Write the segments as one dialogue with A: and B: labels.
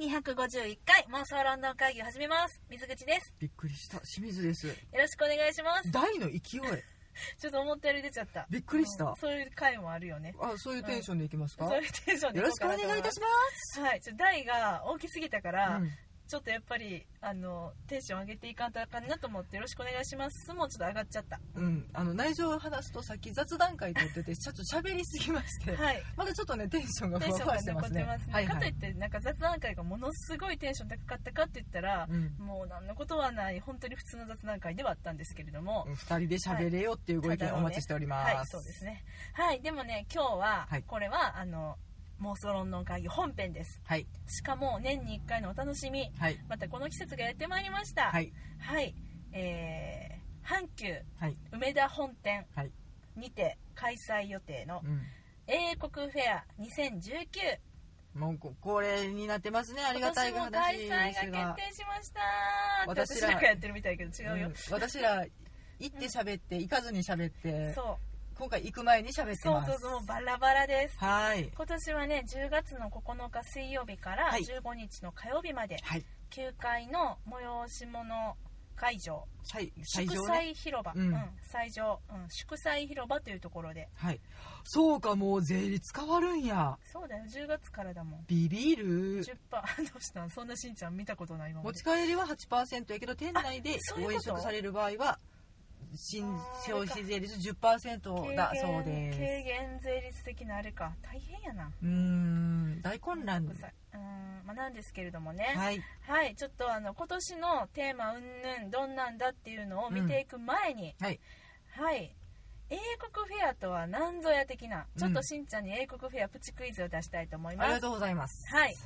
A: 251回妄想ロンドン会議を始めます水口です
B: びっくりした清 水です
A: よろしくお願いします
B: 大の勢い
A: ちょっと思ったより出ちゃった
B: びっくりした
A: うんそういう回もあるよね
B: あそういうテンションでいきますか、
A: そういうテンションで
B: よろしくお願いいたします
A: ますはいちょっと題が大きすぎたから、
B: うん
A: ちょっとやっぱりあのテンション上げていかんとあかんなと思ってよろしくお願いしますもうちょっと上がっちゃった
B: うん、あの内情を話すとさっき雑談会とっててちょっと喋りすぎまして、
A: はい
B: まだちょっとねテンションが
A: テ
B: ふ
A: ン
B: わ
A: ション
B: ふ
A: が
B: わ
A: ね
B: して
A: 残
B: ま
A: っ
B: す
A: て
B: ね
A: ますね
B: はい
A: か
B: は
A: といっ
B: い、
A: てなんか雑談会がものすごいテンション高かったかって言ったら、
B: うん、
A: もう何のことはない本当に普通の雑談会ではあったんですけれども、
B: 2人で喋れよっていうご意見お待ちしております、
A: はい、そうですね。はい、でもね、今日は、
B: はい
A: これは、あの、妄想論論会議本編です。
B: はい
A: しかも、年に1回のお楽しみ。
B: はい
A: また、この季節がやってまいりました。
B: は。い
A: はい。えー、阪急
B: はい
A: 梅田本店
B: はい
A: にて開催予定の
B: う
A: 英国フェア2019。
B: んもうこ恒例になってますねありがたい
A: 今年も開
B: 話で
A: 催
B: す
A: が
B: が
A: 決定しましたって
B: 私
A: 私
B: ら
A: なんかやってるみたいやけど違うよ
B: ん。、私ら行って喋って行かずに喋って
A: そう
B: 今回行く前に喋って
A: そう
B: ます
A: そうそう、もうバラバラです。
B: はい
A: 今年はね10月の9日水曜日から
B: はい
A: 15日の火曜日まで、
B: はい
A: 9階の催し物会場
B: 最最
A: 祝
B: 上ね
A: 祭広場、
B: うん
A: 最上、うん、祝祭広場というところで
B: はいそうかもう税率変わるんや
A: そうだよ10月からだもん
B: ビビる
A: 10%ど うしたんそんなしんちゃん見たことない今ま
B: 持
A: で
B: ち帰りは8%やけど店内で
A: そういうこ
B: ご
A: と
B: 飲食される場合は新
A: あー
B: 消費税率10%だそう
A: 軽
B: で
A: 減税率的なあれか大変やな
B: すうーん大混乱
A: 祝祭うん、まあ、なんですけれどもね
B: はい
A: はい、ちょっとあの今年のテーマうんぬんどんなんだっていうのを見ていく前に、
B: うんはい
A: はい英国フェアとは何ぞや的な
B: うん
A: ちょっとしんちゃんに英国フェアプチクイズを出したいと思い
B: あり
A: ま
B: が
A: す、
B: とうございます
A: はい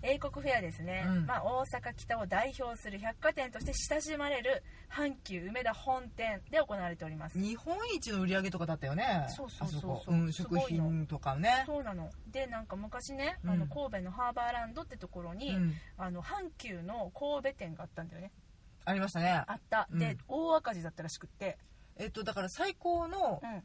A: 英国フェアですね、
B: うん
A: まあ、大阪北を代表する百貨店として親しまれる阪急梅田本店で行われております
B: 日本一の売り上げとかだったよね
A: そうそう
B: あ
A: そうそう
B: こうん、
A: す
B: 食
A: ごいの
B: 品とかね
A: そうなのでなんか昔ね、
B: うん
A: あの神戸のハーバーランドってところに、
B: うん
A: あの阪急の神戸店があったんだよね
B: ありましたね
A: あった、
B: う
A: で
B: ん
A: 大赤字だったらしくって、
B: えっとだから最高の
A: う、ん、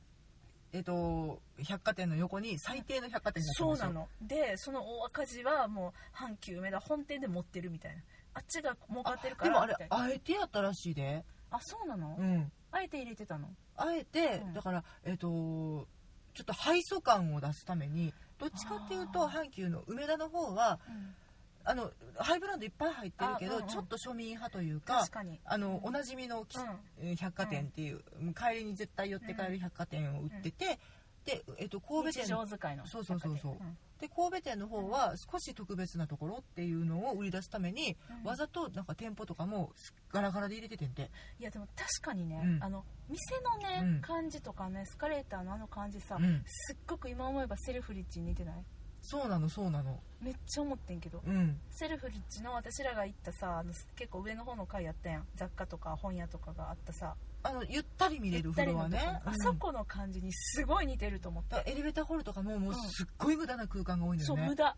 B: えっと、百貨店の横に最低の百貨店になって
A: そ
B: ま
A: う
B: すよ
A: なのでその大赤字はもう阪急梅田本店で持ってるみたいなあっちが儲かってるか
B: でも
A: ら
B: あ
A: み
B: れ
A: たいなあ
B: あえてやったらしいで
A: そうなの、
B: うん
A: あえて入れてたの
B: あえて、
A: うん
B: だからえっ、とちょっと敗訴感を出すためにどっちかっていうと
A: あー
B: 阪急の梅田の方はあのハイブランドいっぱい入ってるけど、
A: あうんうん
B: ちょっと庶民派というか
A: 確かに
B: あの
A: うん
B: おなじみのき
A: うん
B: 百貨店っていう、帰りに絶対寄って帰る百貨店を売ってて、で、えっと神戸
A: 日
B: 店
A: 常使いの
B: そうそうそうそう
A: 百貨店
B: で神戸店の方は少し特別なところっていうのを売り出すために、
A: うんうん
B: わざとなんか店舗とかもガラガラで入れててんて、
A: いやでも確かにね、
B: うん
A: あの店のね、
B: うん
A: 感じとかねエスカレーターのあの感じさ、
B: うん
A: すっごく今思えばセルフリッチに似てない
B: そうなのそうなの
A: めっちゃ思ってんけど
B: うん
A: セルフリッチの私らが行ったさあの結構上の方の階やったやん雑貨とか本屋とかがあったさ
B: あのゆったり見れ
A: ゆ
B: る
A: っ
B: フ
A: たり
B: ロ
A: の
B: ア
A: とこ
B: ね、
A: あ
B: うん
A: そこの感じにすごい似てると思っ
B: だ
A: て
B: からエレベーターホールとかももうすっごい無駄な空間が多いの
A: そ
B: よ
A: う
B: ね、
A: 無駄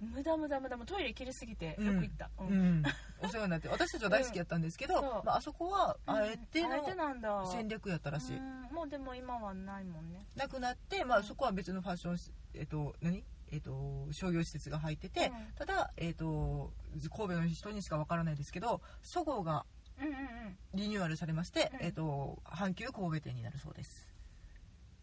A: 無駄無駄無駄もうトイレ切りすぎてよく行った、うん
B: うん、お世話になって私たちは大好きやったんですけど、
A: うんそう
B: まああそこはあえて
A: あえて
B: の
A: なんだ
B: 戦略やったらしい、
A: うんもうでも今はないもんね
B: なくなって、まあ、そこは別のファッションしえっと何えっと、商業施設が入ってて、
A: うん
B: ただ、えっと、神戸の人にしかわからないですけどそごうが
A: うんうんうん
B: リニューアルされまして、
A: うん
B: えっと、阪急神戸店になるそうです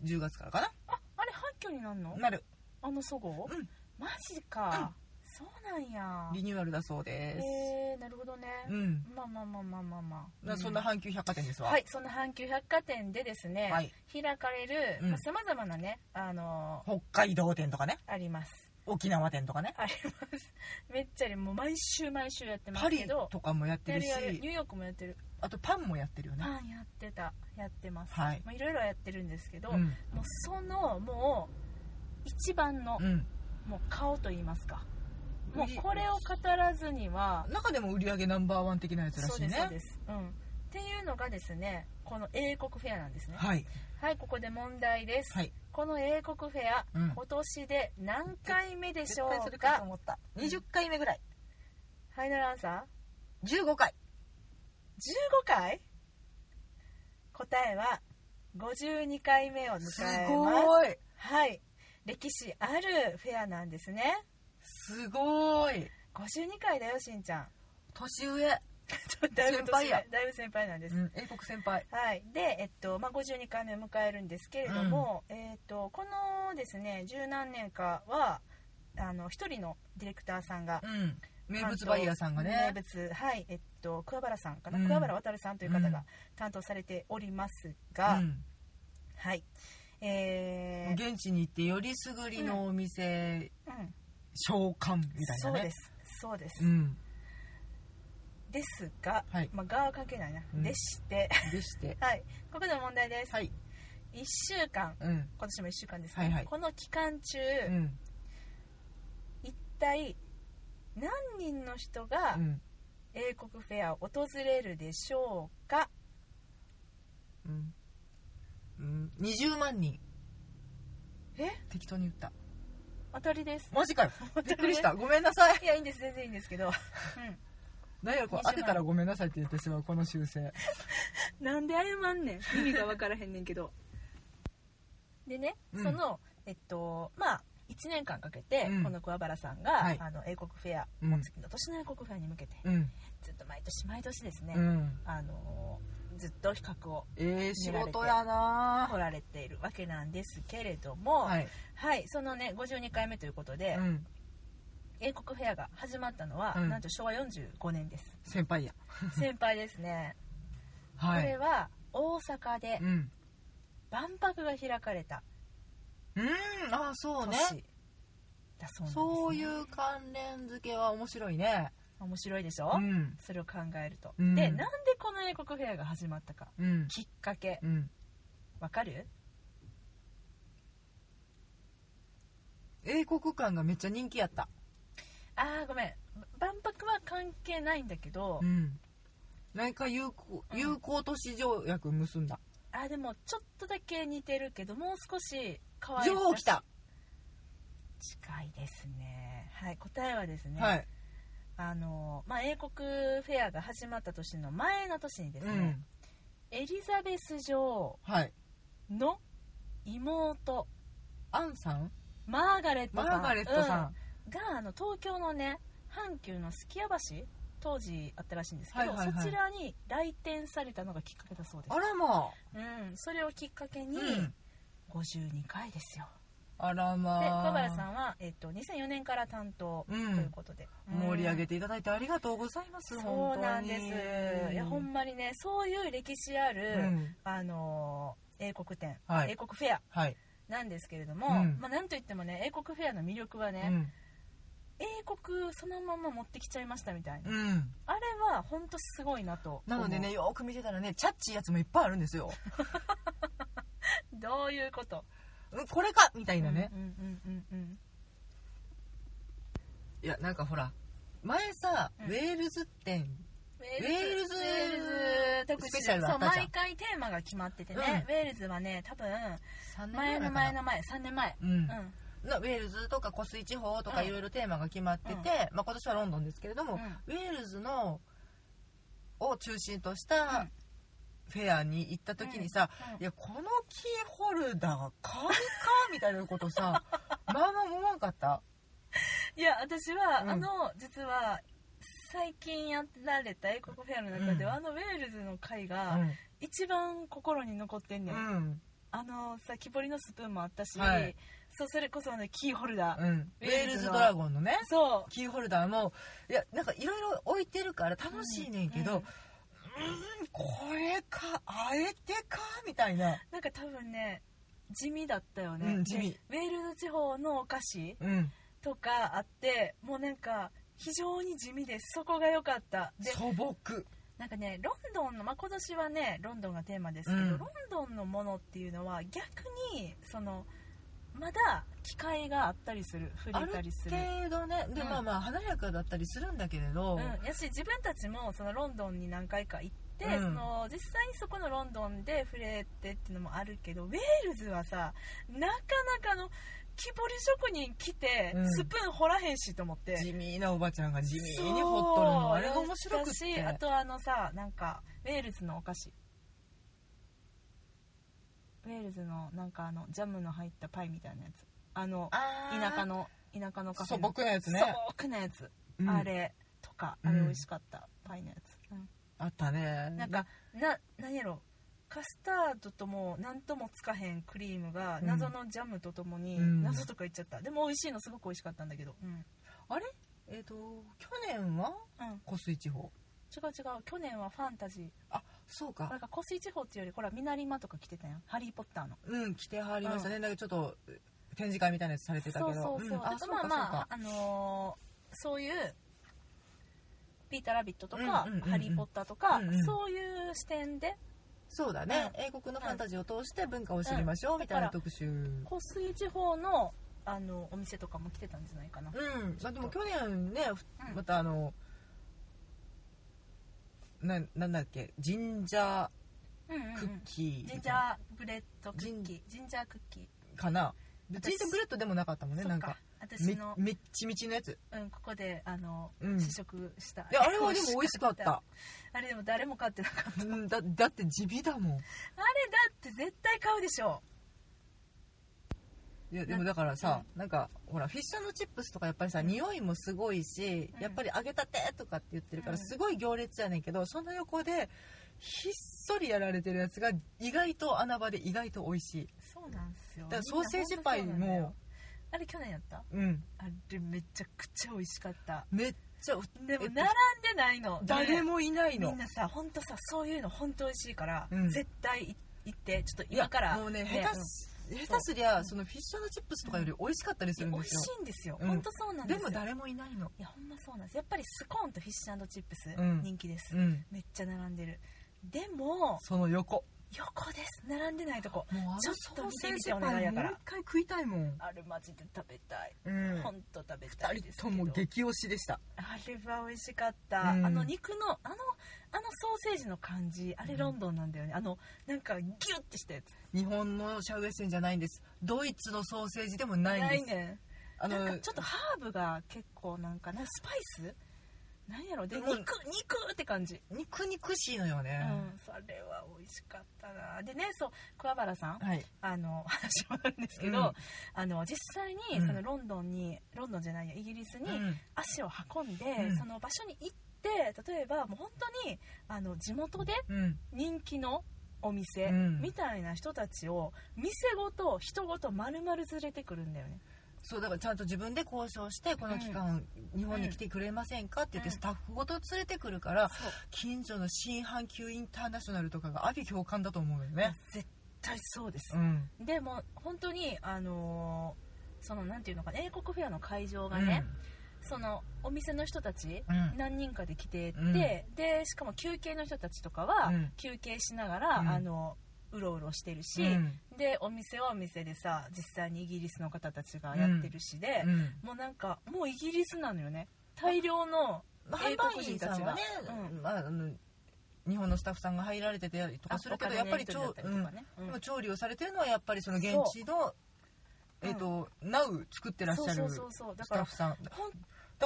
B: 10月からか
A: ああれ阪急になんの
B: ななる
A: あのそごう
B: うん
A: マジか、そうなんや
B: リニューアルだそうです、
A: へえなるほどね、
B: うん
A: まあまあまあまあまあまあ、
B: なそんな
A: う
B: 阪急百貨店ですわ、
A: はい、そんな阪急百貨店でですね、
B: はい
A: 開かれ
B: うん
A: るさまざ、まなね、あの
B: 北海道店とかね
A: ーあります
B: 沖縄店とかね
A: ありますめっちゃりもう毎週毎週やってます
B: パ
A: け
B: リ
A: ど
B: とかもやって
A: や
B: る
A: る
B: し
A: やるニューヨークもやってる
B: あとパンもやってるよね
A: パンやってたやってます、
B: はい
A: まあ、いろいろやってるんですけど、
B: う
A: も
B: ん
A: うそのもう一番の、
B: うん
A: もう顔といいますかも
B: 売り
A: うこれを語らずには
B: 中でも売り上げナンバーワン的なやつら
A: そう
B: しい
A: ですそう
B: ね
A: です、うん、っていうのがですねこの英国フェアなんですねはい、
B: はい
A: ここで問題です、
B: はい
A: この英国フェア、
B: うん
A: 今年で何回目でしょ
B: 絶対そうれか
A: か
B: と思った20回目ぐらい
A: ファイナルアンサー
B: 15回
A: 15回答えは52回目を迎
B: す
A: えます
B: ごい
A: はい歴史あるフェアなんですね
B: すごい
A: 52回だよしんちゃん
B: 年上、
A: だいぶ
B: 先輩や
A: だいぶ先輩なんです、
B: うん、英国先輩
A: はい、で、えっとまあ、52回目を迎えるんですけれども、えっとこのですね十何年かはあの一人のディレクターさんが
B: うん名物バイヤーさんがね
A: 名物はいえっと桑原さんかな、
B: うん
A: 桑原渉さんという方
B: うん
A: が担当されております
B: う
A: が、
B: ん
A: はいえー
B: 現地に行ってよりすぐりのお店
A: うん、
B: 召喚みたいな
A: そうで
B: ね
A: すそうです、
B: うん
A: ですが、
B: はい
A: まあ、がは関係ないな、
B: うん
A: でして、
B: でして
A: はい、ここで問題です、
B: はい
A: 一週間
B: うん
A: 今年も1週間ですね、
B: はいはい
A: この期間中、
B: うん
A: 一体何人の人が
B: うん
A: 英国フェアを訪れるでしょうか、
B: うんうん20万人
A: え
B: 適当に言った
A: 当たりです
B: マジかよ
A: 当
B: び
A: たりです
B: っくりしたごめんなさい
A: いやいいんです全然いいんです けど、
B: 何やこ
A: 20
B: れ当
A: 万
B: てたらごめんなさいって言ってしまうこの修正
A: うん、なんで謝んねん意味が分からへんねんけどでね、
B: うん
A: そのえっとまあ1年間かけて、
B: うん
A: この桑原さんが、
B: はい
A: あの英国フェア、
B: うん
A: 次の年の英国フェアに向けて、
B: うん
A: ずっと毎年毎年ですね、
B: うん
A: あのずっと比較を
B: ええ仕事やな
A: 掘られているわけなんですけれども、
B: はい
A: はい、そのね52回目ということで、
B: うん
A: 英国フェアが始まったのは、
B: うん
A: なんと昭和45年です
B: 先輩や
A: 先輩ですね、
B: は
A: これ
B: い
A: は大阪で
B: うん
A: 万博が開かれた
B: うんああそう
A: 年
B: ね
A: だそうなんです、ね、
B: そういう関連付けは面白いね
A: 面白いでしょ、
B: うん
A: それを考えると、
B: うん
A: でなんでこの英国フェアが始まったか
B: うん
A: きっかけ
B: うん
A: わかる
B: 英国感がめっちゃ人気やった
A: あーごめん万博は関係ないんだけど、
B: うん何か友好
A: うん
B: 友好都市条約結んだ
A: あーでもちょっとだけ似てるけどもう少し可愛い
B: 女王来た
A: 近いですねはい答えはですね、
B: はい
A: あのまあ、英国フェアが始まった年の前の年にです
B: う
A: ね、
B: ん
A: エリザベス女王
B: はい
A: の妹
B: アンさん
A: マーガレット
B: マ
A: さん
B: ーガレットさん
A: うんがあの東京のね阪急のすき家橋当時あったらしいんですけど、
B: はいはいはい
A: そちらに来店されたのがきっかけだそうです
B: あ、らま
A: うん、それをきっかけ
B: う
A: に
B: ん
A: 52回ですよ、
B: あらま
A: で小原さんは、えっと2004年から担当ということで、
B: 盛り上げ
A: て
B: ていただいてありがとうございます
A: そうなんですいやほんま
B: ま
A: にねそういう歴史ある、
B: うん
A: あのー英国展、
B: はい
A: 英国フェア
B: はい
A: なんですけれども、
B: うん
A: まあ、なんといってもね英国フェアの魅力は
B: う
A: ね、
B: ん
A: 英国そのまま持ってきちゃいましたみたいな、
B: うん
A: あれは本当すごいなと
B: なのでねよーく見てたらねチャッチーやつもいっぱいあるん ですよ
A: 思うどういうこと
B: うんこれかみたいなね
A: うんうんうんうんうん
B: いやなんかほら前さ
A: うん
B: ウェールズ店
A: ウ
B: ェールズ
A: ウェールズ特集
B: スペシャルだったじゃん
A: そう毎回テーマが決まっててね、ウェールズはね多分
B: 3年
A: 前
B: ぐら
A: の
B: い
A: 前
B: か
A: の
B: な
A: 前3年前、う
B: う
A: んん
B: なウェールズとか湖水地方とか
A: うん
B: いろいろテーマが決まってて、まあ、今年はロンドンですけれども、ウェールズのを中心とし
A: う
B: た
A: ん
B: フェアに行った時にさ、
A: うんうん
B: いやこのキーホルダー買うかみたいなことさ まあまあ思わんかった
A: いや私は、
B: うん
A: あの実は最近やられた英国フェアの中では、あのウェールズの会が一番心に残ってん
B: う
A: ねん、
B: ん、
A: あのさ木彫りのスプーンもあったし、
B: はい
A: そうそれこそねキーホルダー、
B: うん、ウ
A: ウ
B: ェ
A: ェール
B: ール
A: ズ
B: ズ
A: の
B: ドラゴンのね
A: そ
B: キーホルダーもいやなんかいろいろ置いてるから楽しいねんけ
A: うん
B: ど、
A: うん
B: うんこれかあえてかみたいな、
A: うなんか多分ね地味だったよね、
B: うん地味
A: でウェールズ地方のお菓子
B: うん、
A: とかあってもうなんか非常に地味でそこが良かったで
B: 素朴
A: なんかねロンドンの、まあ、今年はねロンドンがテーマですけど、
B: うん
A: ロンドンのものっていうのは逆にそのまだ機会があったりする触
B: あ
A: れた
B: る
A: りする。
B: 程度ねで、
A: うん
B: まあまあ華やかだったりするんだけれど、
A: うん、やし自分たちもそのロンドンに何回か行って、
B: うん
A: その実際にそこのロンドンで触れてっていうのもあるけどウェールズはさなかなかの木彫り職人来て、
B: うん
A: スプーン掘らへんしと思って
B: 地味なおばちゃんが地味
A: そう
B: に掘っとるのあれが面白くっ
A: だしてあとあのさなんかウェールズのお菓子ウェールズのなんかあのジャムの入ったパイみたいなやつあの
B: あー
A: 田舎の田舎のカフェ
B: 素
A: の
B: 朴なやつね
A: 素朴なやつ
B: うん
A: あれとか、
B: うん
A: あれ美味しかったパイのやつ、
B: あったね
A: なんかな何やろカスタードとも何ともつかへんクリームが
B: うん
A: 謎のジャムとともに、
B: うん
A: 謎とか言っちゃったでも美味しいのすごく美味しかったんだけど、うん
B: あれえっ、と去年は
A: うん、
B: 湖水地方
A: 違う違う去年はファンタジー
B: あそう
A: なん
B: か
A: か湖水地方っていうよりほらミナリマとか来てたやんハリー・ポッターの
B: うん来てはりましたね、なんかちょっと展示会みたいなやつされてたけ
A: そ
B: ど
A: うそうそう、
B: ん
A: あ
B: あ
A: と
B: そう
A: ま
B: か
A: あ
B: そう
A: まあ
B: か、
A: あのーそういうピーター・ラビットとか、
B: うんうんうんうん
A: ハリー・ポッターとか、
B: うんうん
A: そういう視点で
B: そうだね、英国のファンタジーを通して文化を知りましょう、
A: うん
B: みたいな特集うん、
A: 湖水地方のあのお店とかも来てたんじゃないかな、
B: まあ、でも去年ねふ
A: うん
B: またあのななんだっけジンジャー
A: うんうんうん
B: クッキ
A: ジ
B: ー
A: ンジャーブレッドクッキ
B: ジ
A: ージンジャークッキー
B: かな、
A: 私
B: ジンジャーブレッドでもなかったもんね
A: そ
B: な
A: っ
B: ん
A: か
B: か
A: 私
B: め
A: の、
B: めっちみちのやつ
A: うん、ここであの、
B: うん
A: 試食した
B: いやあれはでも美味しかった
A: あれでも誰も買ってなかった
B: うんだだって地味だもん
A: あれだって絶対買うでしょ
B: いやでもだからさ、なんかほらフィッシュチップスとかやっぱりさ、
A: うん
B: 匂いもすごいし、
A: うん
B: やっぱり揚げたてとかって言ってるから
A: うん
B: すごい行列やねんけど、その横でひっそりやられてるやつが意外と穴場で意外と美味しい
A: そうなんですよ
B: だからソーセージパイ
A: みんな本当そうなんだ
B: も
A: よあれ去年やった
B: うん
A: あれめちゃくちゃ美味しかった
B: めっちゃ
A: でも
B: え
A: 並ん
B: っと
A: でないの、
B: 誰
A: ね
B: もいない
A: み
B: の、
A: んなさ本当さそういうの本当美味しいから、
B: うん
A: 絶対い行ってちょっと
B: いや
A: 今から
B: もうね
A: ね
B: 下手す、下手すり
A: う
B: ゃ
A: ん
B: そのフィッシュチップスとかより美味しかったりす
A: うん
B: るん
A: 美味
B: で
A: し
B: すよ、
A: いんですよ、
B: うん
A: 本当そうなんで
B: です
A: よ
B: も誰もいないの
A: いやほんまそうなんですやっぱりスコーンとフィッシュチップス、
B: うん
A: 人気です、
B: うん
A: めっちゃ並んでるでも
B: その横
A: 横です並んでないとこ
B: もうあの
A: ちょっ
B: ソ
A: と
B: ー
A: 見
B: セ
A: て
B: ー
A: み
B: ジ
A: てお
B: パ
A: 願い
B: イ
A: や
B: も
A: か
B: う
A: ら
B: 一回食いたいもん、
A: あれマジで食べたい、
B: うん
A: ほんと食べた
B: 二
A: いです
B: 人
A: け
B: と
A: ど
B: も激推しでした
A: あれは美味しかった、
B: うん
A: あの肉のあのあのソーセージの感じあれロンドンなんだよね、あのなんかギュッてしたやつ
B: 日本のシャウエッセンじゃないんですドイツのソーセージでもないんです
A: ね
B: あの
A: なんかちょっとハーブが結構なんかなスパイスなんやろで
B: で
A: 肉
B: も
A: 肉って感じ
B: 肉肉しいのよ
A: う
B: ね、
A: んそれは美味しかったなでねそう桑原さん
B: はい
A: あの 話もあるんですけど、
B: うん
A: あの実際に
B: うん
A: そのロンドンに、ロンドンじゃないやイギリスに
B: うん
A: 足を運んで、
B: うん
A: その場所に行って例えばもう本当にあの地元で
B: うん
A: 人気のお店
B: うん
A: みたいな人たちを店ごと人ごと丸々連れてくるんだよね
B: そうだからちゃんと自分で交渉してこの期間、日本に来てくれませんかって言って
A: うん
B: スタッフごと連れてくるから、
A: そう
B: 近所の新阪急インターナショナルとかが阿炎共感だと思うよね、
A: 絶対そうです
B: う、ん、
A: でも本当にあのーそのなんていうのかな英国フェアの会場がね、そのお店の人たち
B: うん、うん
A: 何人かで来てて、
B: うん
A: でしかも休憩の人たちとかは
B: うん
A: 休憩しながら、
B: うん
A: あのうろうろしてるし、
B: うん
A: でお店はお店でさ実際にイギリスの方たちがやってるしで
B: う、ん
A: もうなんかもうイギリスなのよね大量の
B: まあ販売員さんはね
A: 英国人たちが、
B: まあ、あの日本のスタッフさんが入られてたりとかするけどやっぱり
A: ち
B: ち
A: ょ
B: ょ
A: っ
B: う
A: たり
B: う
A: と
B: ん
A: かね、うん
B: 今調理をされてるのはやっぱりその現地の
A: う
B: えっ、と、ナウ作ってらっしゃ
A: そ
B: る
A: う
B: ス
A: そうそうそうだか
B: タッ
A: ら
B: フさんだ
A: ほん
B: か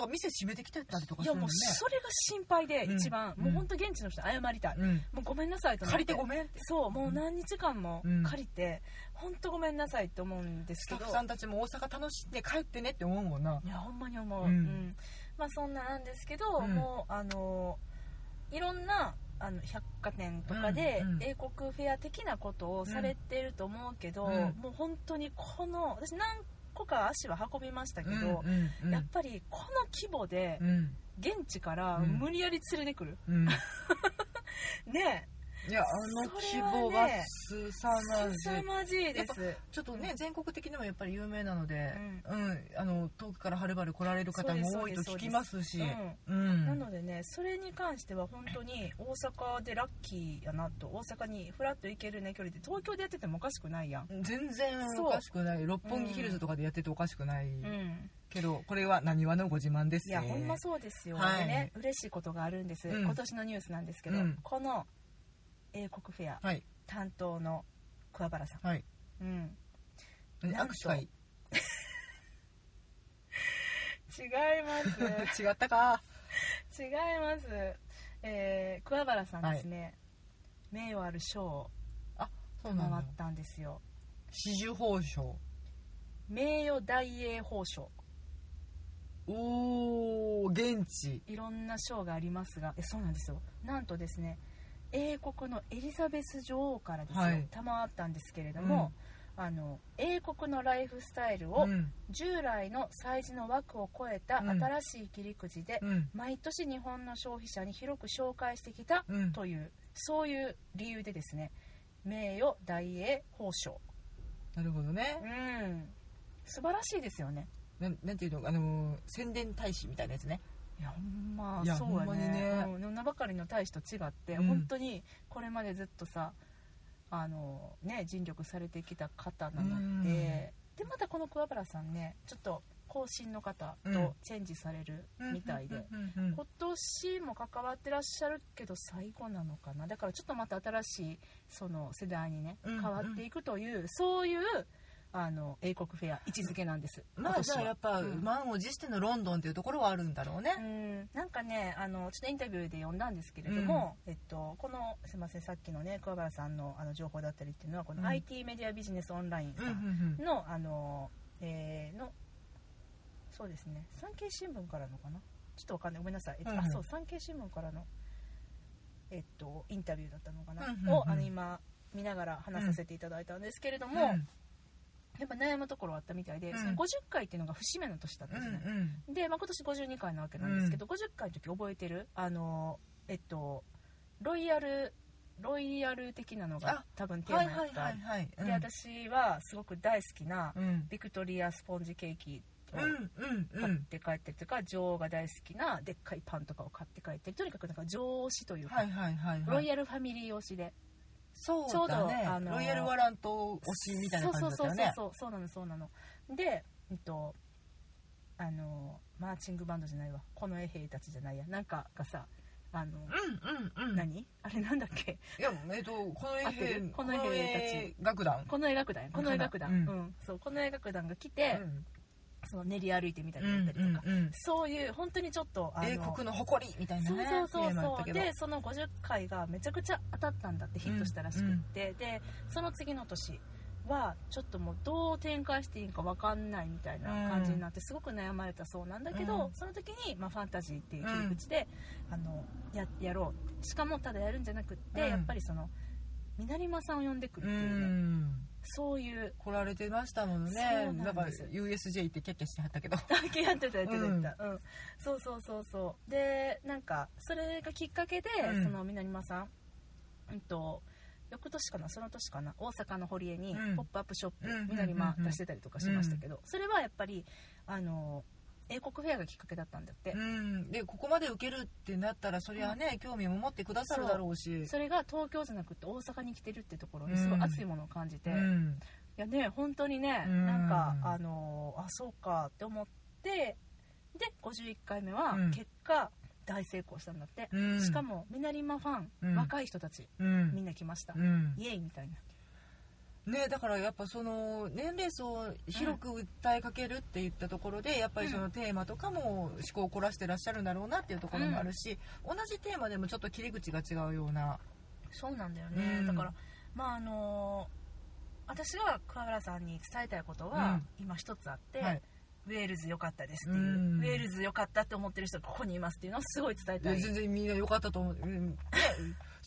B: ら店閉めてきてたりとか
A: い
B: する
A: や
B: もん
A: も
B: ね
A: うそれが心配で
B: うん
A: 一番、
B: うん
A: もう本当現地の人に謝りたい、
B: うん、
A: もうごめんなさいと思って
B: 借りてごめんって
A: そうもう何日間も
B: うん
A: 借りて、ほん、本当ごめんなさいって思うんです
B: ス
A: け
B: タッ
A: ど
B: フさんたちも大阪楽しんで帰ってねって思うもんない
A: やほんまに思う、
B: う
A: うんんまあそんななんですけど、
B: うん
A: もうあのいろんなあの百貨店とかで
B: うんうん
A: 英国フェア的なことをされてると思うけど、
B: うん
A: もう本当にこの私何個か足は運びましたけど、
B: うんうん
A: やっぱりこの規模で
B: うん
A: 現地から
B: うん
A: 無理やり連れてくる、
B: うん、
A: ね
B: いやあの
A: そ
B: 規
A: れはね
B: 模はすさ
A: え
B: まじい
A: 凄まじいです
B: ちょっとね全国的にもやっぱり有名なので、
A: う
B: うんあの遠くからはるばる来られる方も多いと聞きますし
A: うん
B: うん
A: なのでねそれに関しては本当に大阪でラッキーやなと大阪にフラッと行けるね距離で東京でやっててもおかしくないやん
B: 全然
A: そう
B: おかしくない六本木ヒルズとかでやってておかしくない、
A: うん
B: けどこれはなにわのご自慢です
A: いやほんまそうですよ、
B: は
A: で
B: い
A: ね嬉しいことがあるんです、
B: うん
A: 今年のニュースなんですけど、
B: うん
A: この英国フェア
B: はい
A: 担当の桑原さ
B: はい
A: ん、うん、な
B: 握
A: んと
B: 手会
A: 違い ま
B: 違ったか
A: す違います、えー、桑原さんですね、名誉ある賞を
B: そう
A: 回
B: なの
A: ったんですよ
B: 四十報奨
A: 名誉大英褒賞
B: おー現地
A: いろんな賞がありますがえそうなんですよなんとですね英国のエリザベス女王からですよ、
B: はい
A: 賜ったんですけれども、あの英国のライフスタイルを
B: うん
A: 従来の催事の枠を超えた
B: うん
A: 新しい切り口で
B: うん
A: 毎年日本の消費者に広く紹介してきた
B: うん
A: というそういう理由でですね名誉大英褒章
B: なるほどね
A: うん素晴らしいですよね
B: なんなんていうのあのー宣伝大使みたいなやつね
A: いやほんま
B: いや
A: そうや
B: ほんまにね
A: ねうん名ばかりの大使と違って、
B: うん
A: 本当にこれまでずっとさあのね尽力されてきた方なので、
B: うん
A: でまたこの桑原さんねちょっと後進の方
B: うん
A: とチェンジされるみたいで、
B: うんうんうん
A: 今年も関わってらっしゃるけど最後なのかなだからちょっとまた新しいその世代にね
B: うんうん
A: 変わっていくという、そういうあの英国フェア位置づけなんです
B: まあじゃあやっぱ、
A: うん
B: 満を持してのロンドンっていうところはあるんだろうね
A: う、んなんかねあのちょっとインタビューで読んだんですけれども、えっと、このすいませんさっきのね桑原さんのあの情報だったりっていうのはこ
B: うん
A: の IT メディアビジネスオンラインさ
B: うんうんん
A: の,、あのえーのそうですね産経新聞からのかなちょっとわかんないごめんなさい、えっと
B: うんうん
A: あそう産経新聞からの、えっと、インタビューだったのかな、
B: うんうんうん
A: をあの今見ながら話させていただいたんですけれど
B: うん
A: も、やっぱ悩むところはあったみたいで、
B: うん
A: その50回っていうのが節目の年だった
B: うん
A: ですね、
B: んうん
A: で、まあ、今年52回なわけなんですけど、50回の時覚えてるあのえっとロイヤルロイヤル的なのが
B: あ
A: 多分テーマ
B: は
A: だ
B: い
A: った、
B: はいはいはいうん
A: で私はすごく大好きな
B: うん
A: ビクトリアスポンジケーキを
B: うんうんう
A: 買っ
B: ん
A: て帰ってるとか、女王が大好きなでっかいパンとかを買って帰ってるとにかくなんか女王推しというか、
B: はいはいはいは
A: ロ
B: い
A: イヤルファミリー推しで
B: そうだね
A: ちょうどあのー
B: ロイヤルワラント推しみたいな感じだったよね
A: そうそうそうそうそうなのそうなので、えっと、あのマーチングバンドじゃないわこの衛兵たちじゃないやなんかがさあの、
B: うんうんうんい
A: 何あれなんだっけ
B: やえっとこ
A: 合
B: の
A: って
B: 兵
A: るこの衛兵
B: 楽団
A: この映楽団やこの映楽団、
B: う
A: うんんそうこの映楽団が来て、その練り歩いてみた
B: う
A: り
B: んう
A: だったりとか、
B: んうん
A: そういう本当にちょっとあの
B: 英国の誇りみたいな
A: そう
B: ね
A: そう
B: テーマだっ
A: そう
B: た
A: そ
B: け
A: う
B: ど
A: でその50回がめちゃくちゃ当たったんだってヒットしたらしくって、でその次の年はちょっともうどう展開していいんか分かんないみたいな感じになってすごく悩まれたそうなんだけど、
B: うん
A: その時に、まあ、ファンタジーっていう切り口で、あのややろうしかもただやるんじゃなくって、
B: うん
A: やっぱりその南間さんを呼んでくる
B: う
A: っていうね、
B: ん
A: そういう
B: 来られてましたもんね
A: そうなんです
B: だから USJ 行ってキャッキャしてはったけど
A: だけやってたやってたやってた、うんそうそうそうそうでなんかそれがきっかけで、
B: うん
A: その南間さん、うん、と翌年かなその年かな大阪の堀江に
B: うん
A: ポップアップショップ、
B: うんうんうんうん
A: 南間出してたりとかしましたけど、それはやっぱりあの英国フェアがきっかけだったんだって、
B: うんでここまで受けるってなったらそりゃね興味も持ってくださるだろうし
A: それが東京じゃなくて大阪に来てるってところにすごい熱いものを感じて、
B: う
A: い
B: ん
A: やね本当にね、
B: うん
A: なんかあのあそうかって思ってで51回目は
B: うん
A: 結果大成功したんだって、
B: うん
A: しかもミナリマファン、
B: うん
A: 若い人たち
B: うん
A: みんな来ました、
B: うん
A: イエイみたいな
B: ね、だからやっぱその年齢層を広く訴えかけるっていったところでやっぱりそのテーマとかも思考を凝らしてらっしゃるんだろうなっていうところもあるし、同じテーマでもちょっと切り口が違うような、
A: そうなんだよね、
B: うん
A: だからまああのー私が桑原さんに伝えたいことは、今一つあって、
B: はい
A: ウェールズ良かったですっていう、
B: うん
A: ウェールズ良かったって思ってる人がここにいますっていうのをすごい伝えたい、
B: 全然みんな良かったと思う、うんね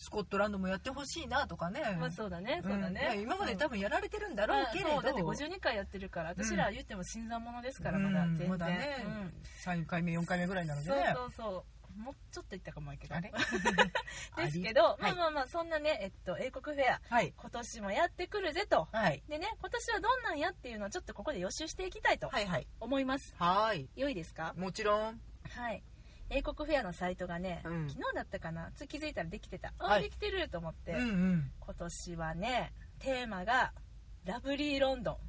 B: スコットランドもやってほしいなとかね,、
A: まあ、そうだねそうだね、
B: んいや今まで多分やられてるんだ
A: だ
B: ろうけれど、
A: そうだって52回やってるから私ら言っても新参者ですからまだ
B: うん
A: 全然、
B: まだね、
A: うん
B: 3回目4回目ぐらいなので
A: そう
B: ね
A: そうそうもうちょっといったかもやけど
B: あれ
A: ですけど、
B: あり
A: まあまあまあそんなね、えっと、英国フェア
B: はい
A: 今年もやってくるぜと
B: はい
A: でね今年はどんなんやっていうのをちょっとここで予習していきたいと
B: はいはい
A: 思います、
B: はい
A: 良いですか
B: もちろん
A: はい英国フェアのサイトがね、
B: うん
A: 昨日だったかなちょっと気づいたらできてたあ、
B: はい
A: できてると思って、
B: うんうん
A: 今年はねテーマが「ラブリーロンド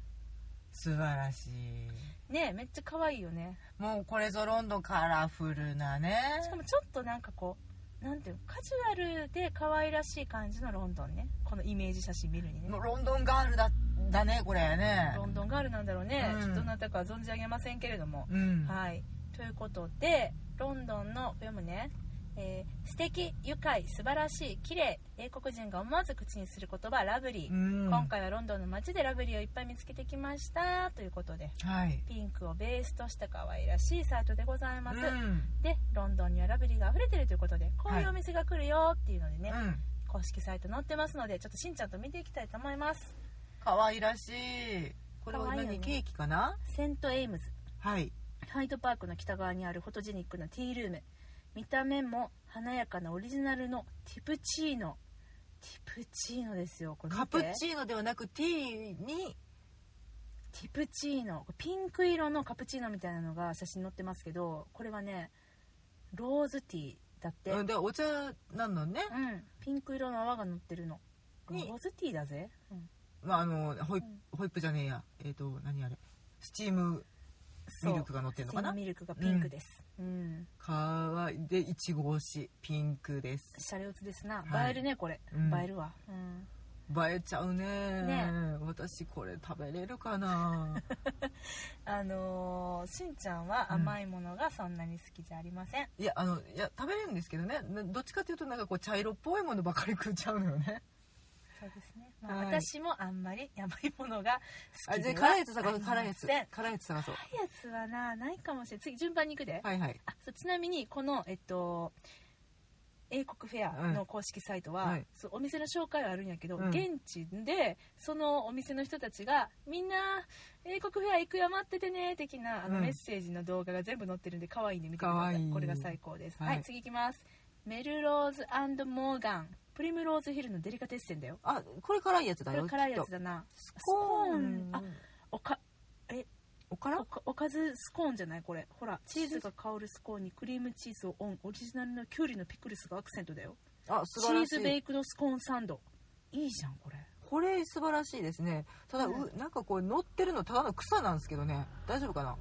B: 素晴らしい
A: ン」ねめっちゃ可愛いよね
B: もうこれぞロンドンカラフルなね
A: しかもちょっとなんかこうなんていうのカジュアルで可愛らしい感じのロンドンねこのイメージ写真見るにね
B: もうロンドンガールだだねこれね
A: ロンドンガールなんだろうね、
B: うん
A: ちょっとどなたかは存じ上げませんけれども、
B: うん
A: はいということでロンドンの読むねえー素敵愉快素晴らしい綺麗英国人が思わず口にする言葉ラブリー、
B: うん
A: 今回はロンドンの街でラブリーをいっぱい見つけてきましたということで
B: はい
A: ピンクをベースとした可愛らしいサイトでございます、
B: うん
A: でロンドンにはラブリーが溢れてるということでこう
B: はい
A: いうお店が来るよっていうのでね、
B: うん
A: 公式サイト載ってますのでちょっとしんちゃんと見ていきたいと思います
B: 可愛らしいこれは
A: 可愛い
B: 何、
A: よね
B: ケーキかな
A: セントエイムズ
B: はい
A: ハイドパークの北側にあるフォトジェニックなティールーム見た目も華やかなオリジナルのティプチーノティプチーノですよこれ見
B: カ
A: て
B: プチーノではなくティーに
A: ティプチーノピンク色のカプチーノみたいなのが写真載ってますけどこれはねローズティーだってう
B: うん
A: ん、
B: でお茶なのね、
A: ピンク色の泡が乗ってるのロ
B: に
A: ーズティーだぜ、うん
B: まああのホイッ
A: うん
B: プホイップじゃねえやえっ、と何あれスチーム
A: そう
B: ミルクが乗ってるのかな
A: スイムミルクがピンクですうん、
B: かわいいでいちご推しピンクです
A: シャレオツですな
B: はい
A: 映えるねこれ、
B: うん
A: 映えるわ、うん、
B: 映えちゃうね
A: ね
B: 私これ食べれるかな
A: あのーしんちゃんは甘いものがそんなに好きじゃありません、
B: いやあのいや食べれるんですけどねなどっちかというとなんかこう茶色っぽいものばかり食っちゃうのよ ね
A: そうですね、まあ
B: はい
A: 私もあんまり甘いものが好
B: あ
A: き
B: じゃ
A: で
B: あ
A: は
B: 辛いやつ探
A: あ
B: そう
A: りません
B: 辛いやつ
A: 辛いや
B: 辛いやつ探そう
A: つはなないかもしれない次順番に行くで、
B: はいはい
A: あそうちなみにこのえっと英国フェアの公式サイトは、
B: はい
A: そうお店の紹介はあるんやけど、
B: うん
A: 現地でそのお店の人たちが「みんな英国フェア行くよ待っててね」的なあの、
B: うん
A: メッセージの動画が全部載ってるんで可愛いんで見てくだ
B: 可
A: さい
B: 愛い
A: これが最高です、は
B: はいい
A: 次行きますメルローズモーガンプリムローズヒルのデリカテッセンだよ
B: あこれ辛いやつ
A: こ
B: だ
A: れ
B: よ
A: 辛いや
B: き
A: つ
B: っと
A: だな
B: ス
A: コ
B: コ
A: ー
B: ー
A: ン
B: ン
A: あおかえ
B: おから
A: おかおかずスコーンじゃないこれほらチーズが香るスコーンにクリームチーズをオンオリジナルのキュウリのピクルスがアクセントだよ
B: あ
A: チ
B: 素晴
A: ー
B: ら
A: ズベ
B: しい
A: イクドスコーンサンドいいじゃんこれ
B: これ素晴らしいですねただ、う
A: う
B: なんかこう乗ってるのただの草なんですけどね大丈夫かな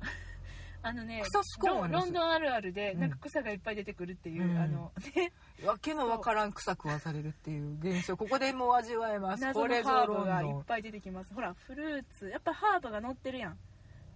A: あのね
B: 草スコーン
A: ロ
B: あり
A: ロ
B: ます
A: ンドンあるあるで
B: うん
A: なんか草がいっぱい出てくるっていう、
B: うん
A: あのね
B: わけのわからん草食わされるっていう現象ここでもう味わえます
A: 謎
B: こ
A: の
B: れぞ
A: ハー
B: ロ
A: ブ
B: ン
A: がいっ
B: ドン
A: ぱい出てきますほらフルーツやっぱハーブが乗ってるやん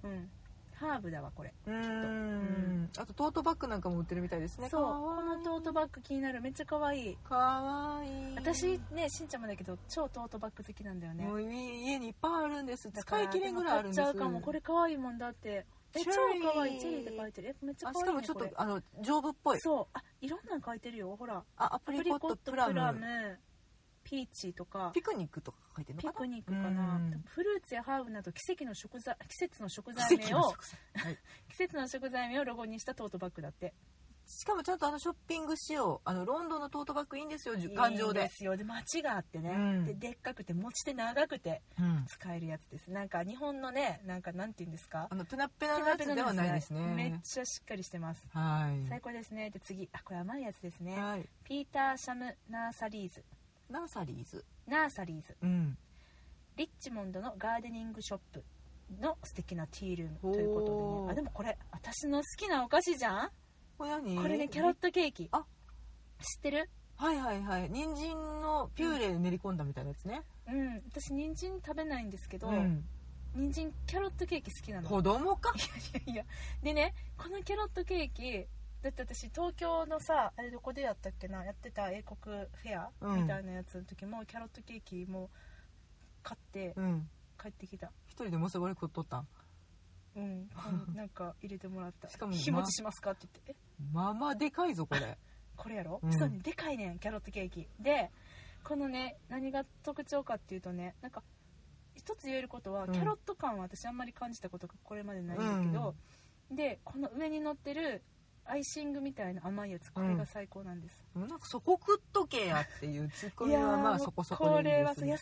A: うんハーブだわこれ
B: うーんあとトートバッグなんかも売ってるみたいですね
A: そう
B: か
A: こ
B: わ
A: のトートバッグ気になるめっちゃ可愛い
B: いかわいい
A: 私ねしんちゃんもだけど超トートバッグ好きなんだよね
B: もう家にいっぱいあるんです
A: だか
B: 使い切れんぐらいあるんです
A: でも買っちゃうかもこれ可愛いもんだってえ
B: チ
A: 超
B: ェリー
A: 可愛いチェリーって書いてるえめっちゃ
B: あ
A: 可愛
B: し
A: い、ね、
B: かもちょっ
A: ことれ
B: あの丈夫っぽい
A: そうあいろんなの書いてるよほら
B: あアプ
A: プ
B: リ
A: リ
B: コ
A: コッ
B: ッ
A: ト
B: ト
A: プ
B: プラ
A: ラ
B: ム
A: ムピーチとか
B: ピクニックとか書いてるの
A: ピ
B: かな
A: クニックかな
B: うん
A: でもフルーツやハーブなど奇跡の食材季節の食材
B: 奇跡
A: 名
B: の
A: を
B: 食材はい
A: 季節の食材名をロゴにしたトートバッグだって
B: しかもちゃんとあのショッピング仕様あのロンドンのトートバッグいいんですよじゅ
A: い
B: 頑
A: い
B: 丈
A: んで
B: です
A: よで街があってね、
B: うん
A: ででっかくて持ち手長くて
B: うん
A: 使えるやつですなんか日本のねなんかなんて言うんですか
B: あのペナペナのやつではないです
A: めっ
B: ね
A: ちゃしっかりしてます
B: はい
A: 最高ですねで次あこれ甘いやつですね
B: はい
A: ピーター・シャム・ナーサリーズ
B: ナーサリーズ
A: ナーサリーズ
B: うん
A: リッチモンドのガーデニングショップの素敵なティールーム
B: ほ
A: と
B: う
A: いうことでねあでもこれ私の好きなお菓子じゃん
B: これ何
A: これねキャロットケーキ
B: あ
A: 知ってる
B: はいはいはい人参のピューレ練り込んだみたいなやつね、
A: うん私人参食べないんですけど、
B: うん
A: 人参キャロットケーキ好きなの
B: 子供か
A: いやいやでねこのキャロットケーキだって私東京のさあれどこでやったっけなやってた英国フェア
B: うん
A: みたいなやつの時も、キャロットケーキも買って
B: うん
A: 帰ってきた
B: 一人でもすごいこと取ったん
A: うんあのなんか入れてもらった
B: しかも
A: 日持ちしますかって言ってえ
B: まあまあでかいぞこれ
A: これやろ、
B: うん
A: そうねでかいねんキャロットケーキでこのね何が特徴かっていうとねなんか一つ言えることは、
B: うん
A: キャロット感は私あんまり感じたことがこれまでないんだけど、でこの上に乗ってるアイシングみたいな甘いやつこれが最高なんです、
B: もうなんかそこ食っとけやっていうツッコ
A: い
B: ミ
A: やー
B: はま
A: も
B: あ
A: う
B: そこそこ
A: こ
B: でいい
A: れ
B: で
A: は
B: す
A: そう優し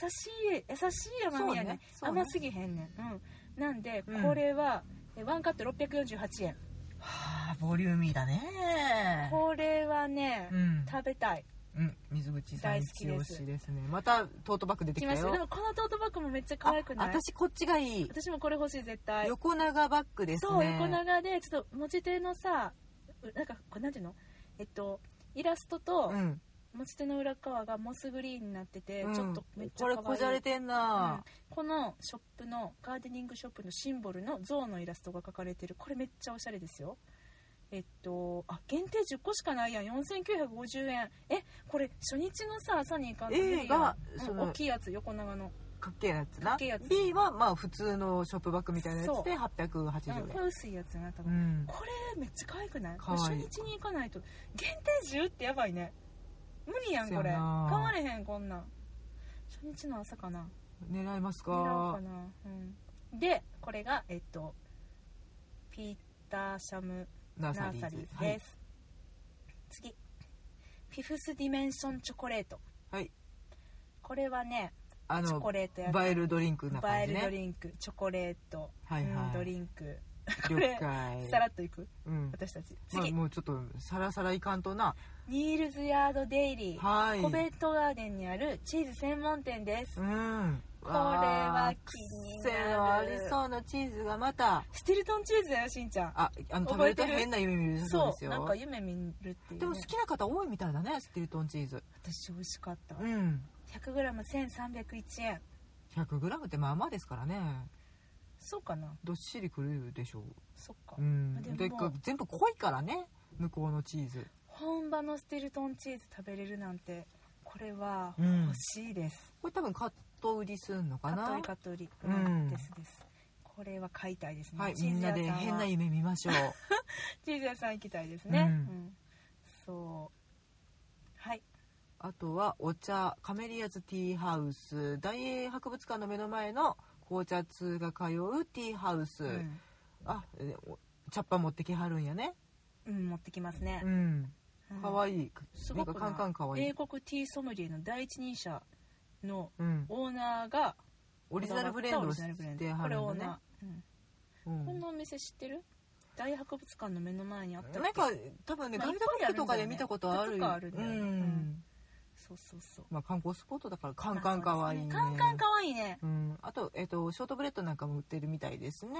A: い優しい甘みやね
B: そうねそうね
A: 甘すぎへんねん、うん、なんで
B: うん
A: これは、えワンカット648円
B: はあボリューミーだね
A: これはね、
B: うん
A: 食べたい
B: うん、水口さん
A: 大好き
B: 一
A: で
B: 押
A: す
B: しですねまたトートバッグ出て
A: 来
B: き
A: ま
B: た
A: した
B: よ
A: でもこのトートバッグもめっちゃ可愛くない
B: あ
A: 私
B: 私こっちがいい
A: もこれ欲しい絶対
B: 横長バッグですね
A: そう横長でちょっと持ち手のさうなんかこれなんていうのえっとイラストと
B: うん、
A: 持ち手の裏側がモスグリーンになってて、
B: うん
A: ちょっとめっちゃ可愛
B: これ
A: い
B: こじゃれてん
A: うん
B: な、
A: このショップのガーデニングショップのシンボルの象のイラストが描かれてるこれめっちゃおしゃれですよえっとあ限定10個しかないやん4950円えこれ初日のさ朝に行かんと無理やん
B: 映画
A: うん
B: その
A: 大きいやつ横長の、
B: かっけえやつな
A: っけえやつ
B: B はまあ普通のショップバッグみたいなやつで
A: うん、
B: 880
A: これ薄いやつやな多
B: 円う
A: 分、
B: ん
A: これめっちゃ可愛くない
B: 可愛い
A: これ初日に行かないと限定10ってやばいね無理やん
B: そう
A: これ
B: や
A: 買
B: な
A: われへんこんなん初日の朝かな
B: 狙います
A: 狙おう
B: か
A: かな、うん、でこれがえっとピーター・シャム
B: ナ
A: ナーサリーズです、
B: はい
A: 次フィフスディメンションチョコレート
B: はい
A: これはね
B: あ
A: チョ
B: の
A: コレートや
B: バイルドリンクな
A: バ
B: 感
A: イ
B: じ
A: ルド
B: ね
A: リンクチョコレート、
B: はいはい
A: うんドリンク
B: 了
A: れ
B: 解
A: さらっといく
B: うん
A: 私たち
B: まあ
A: 次、
B: もうちょっとサラサラいかんとな
A: ニールズヤードデイリー、
B: はい
A: コベントガーデンにあるチーズ専門店です、
B: うんこ
A: これは気になる
B: ありそうなチーズがまた
A: スティルトンチーズだよしんちゃん
B: ああの食
A: 覚
B: べ
A: え
B: ると
A: てる
B: 変な夢見るそうですよ
A: なんか夢見るっていう、ね、
B: でも好きな方多いみたいだねスティルトンチーズ
A: 私美味しかった
B: うん
A: 100g1301 円
B: 100g ってまあまあですからね
A: そうかな
B: どっしりくるでしょ
A: そっか、
B: ううん
A: で
B: で
A: も
B: か全部濃いからね向こうのチーズ
A: 本場のスティルトンチーズ食べれるなんてこれは
B: うん
A: 欲しいです、
B: これ多分カット売りすんのか
A: カ
B: な
A: トリカトリ、
B: うん
A: ですですこれは買いたいですね、
B: はい
A: チー
B: みん
A: ズ
B: な
A: 屋さ
B: で
A: んは
B: 変な夢見ましょう
A: チーズ屋さん行きたいですね、
B: う
A: うんんそうはい
B: あとはお茶カメリアズティーハウス大英博物館の目の前の紅茶通が通うティーハウス、
A: うん
B: あえお茶っ葉持ってきはるんやね
A: うん、持ってきますね
B: う、ん
A: うん
B: かわいい、
A: す
B: な
A: ご
B: んか
A: く
B: カンカンかわいい
A: 英、国ティーソムリエの第一人者の
B: うん、
A: オーナーが
B: オリジナルブレンドをしてはるんだね
A: これオーナー、うん
B: うん
A: こんなお店知ってる大博物館の目の前にあったっけ
B: なんか多分ね
A: まあ
B: ガイドブックとかで見たことある
A: いっぱいあるん
B: う
A: だよねいくつかあるんだよね
B: ん
A: そうそうそう
B: まあ観光スポットだからカンカンかわいいね
A: カンカンかわいいね
B: うんあとえっとショートブレッドなんかも売ってるみたいですね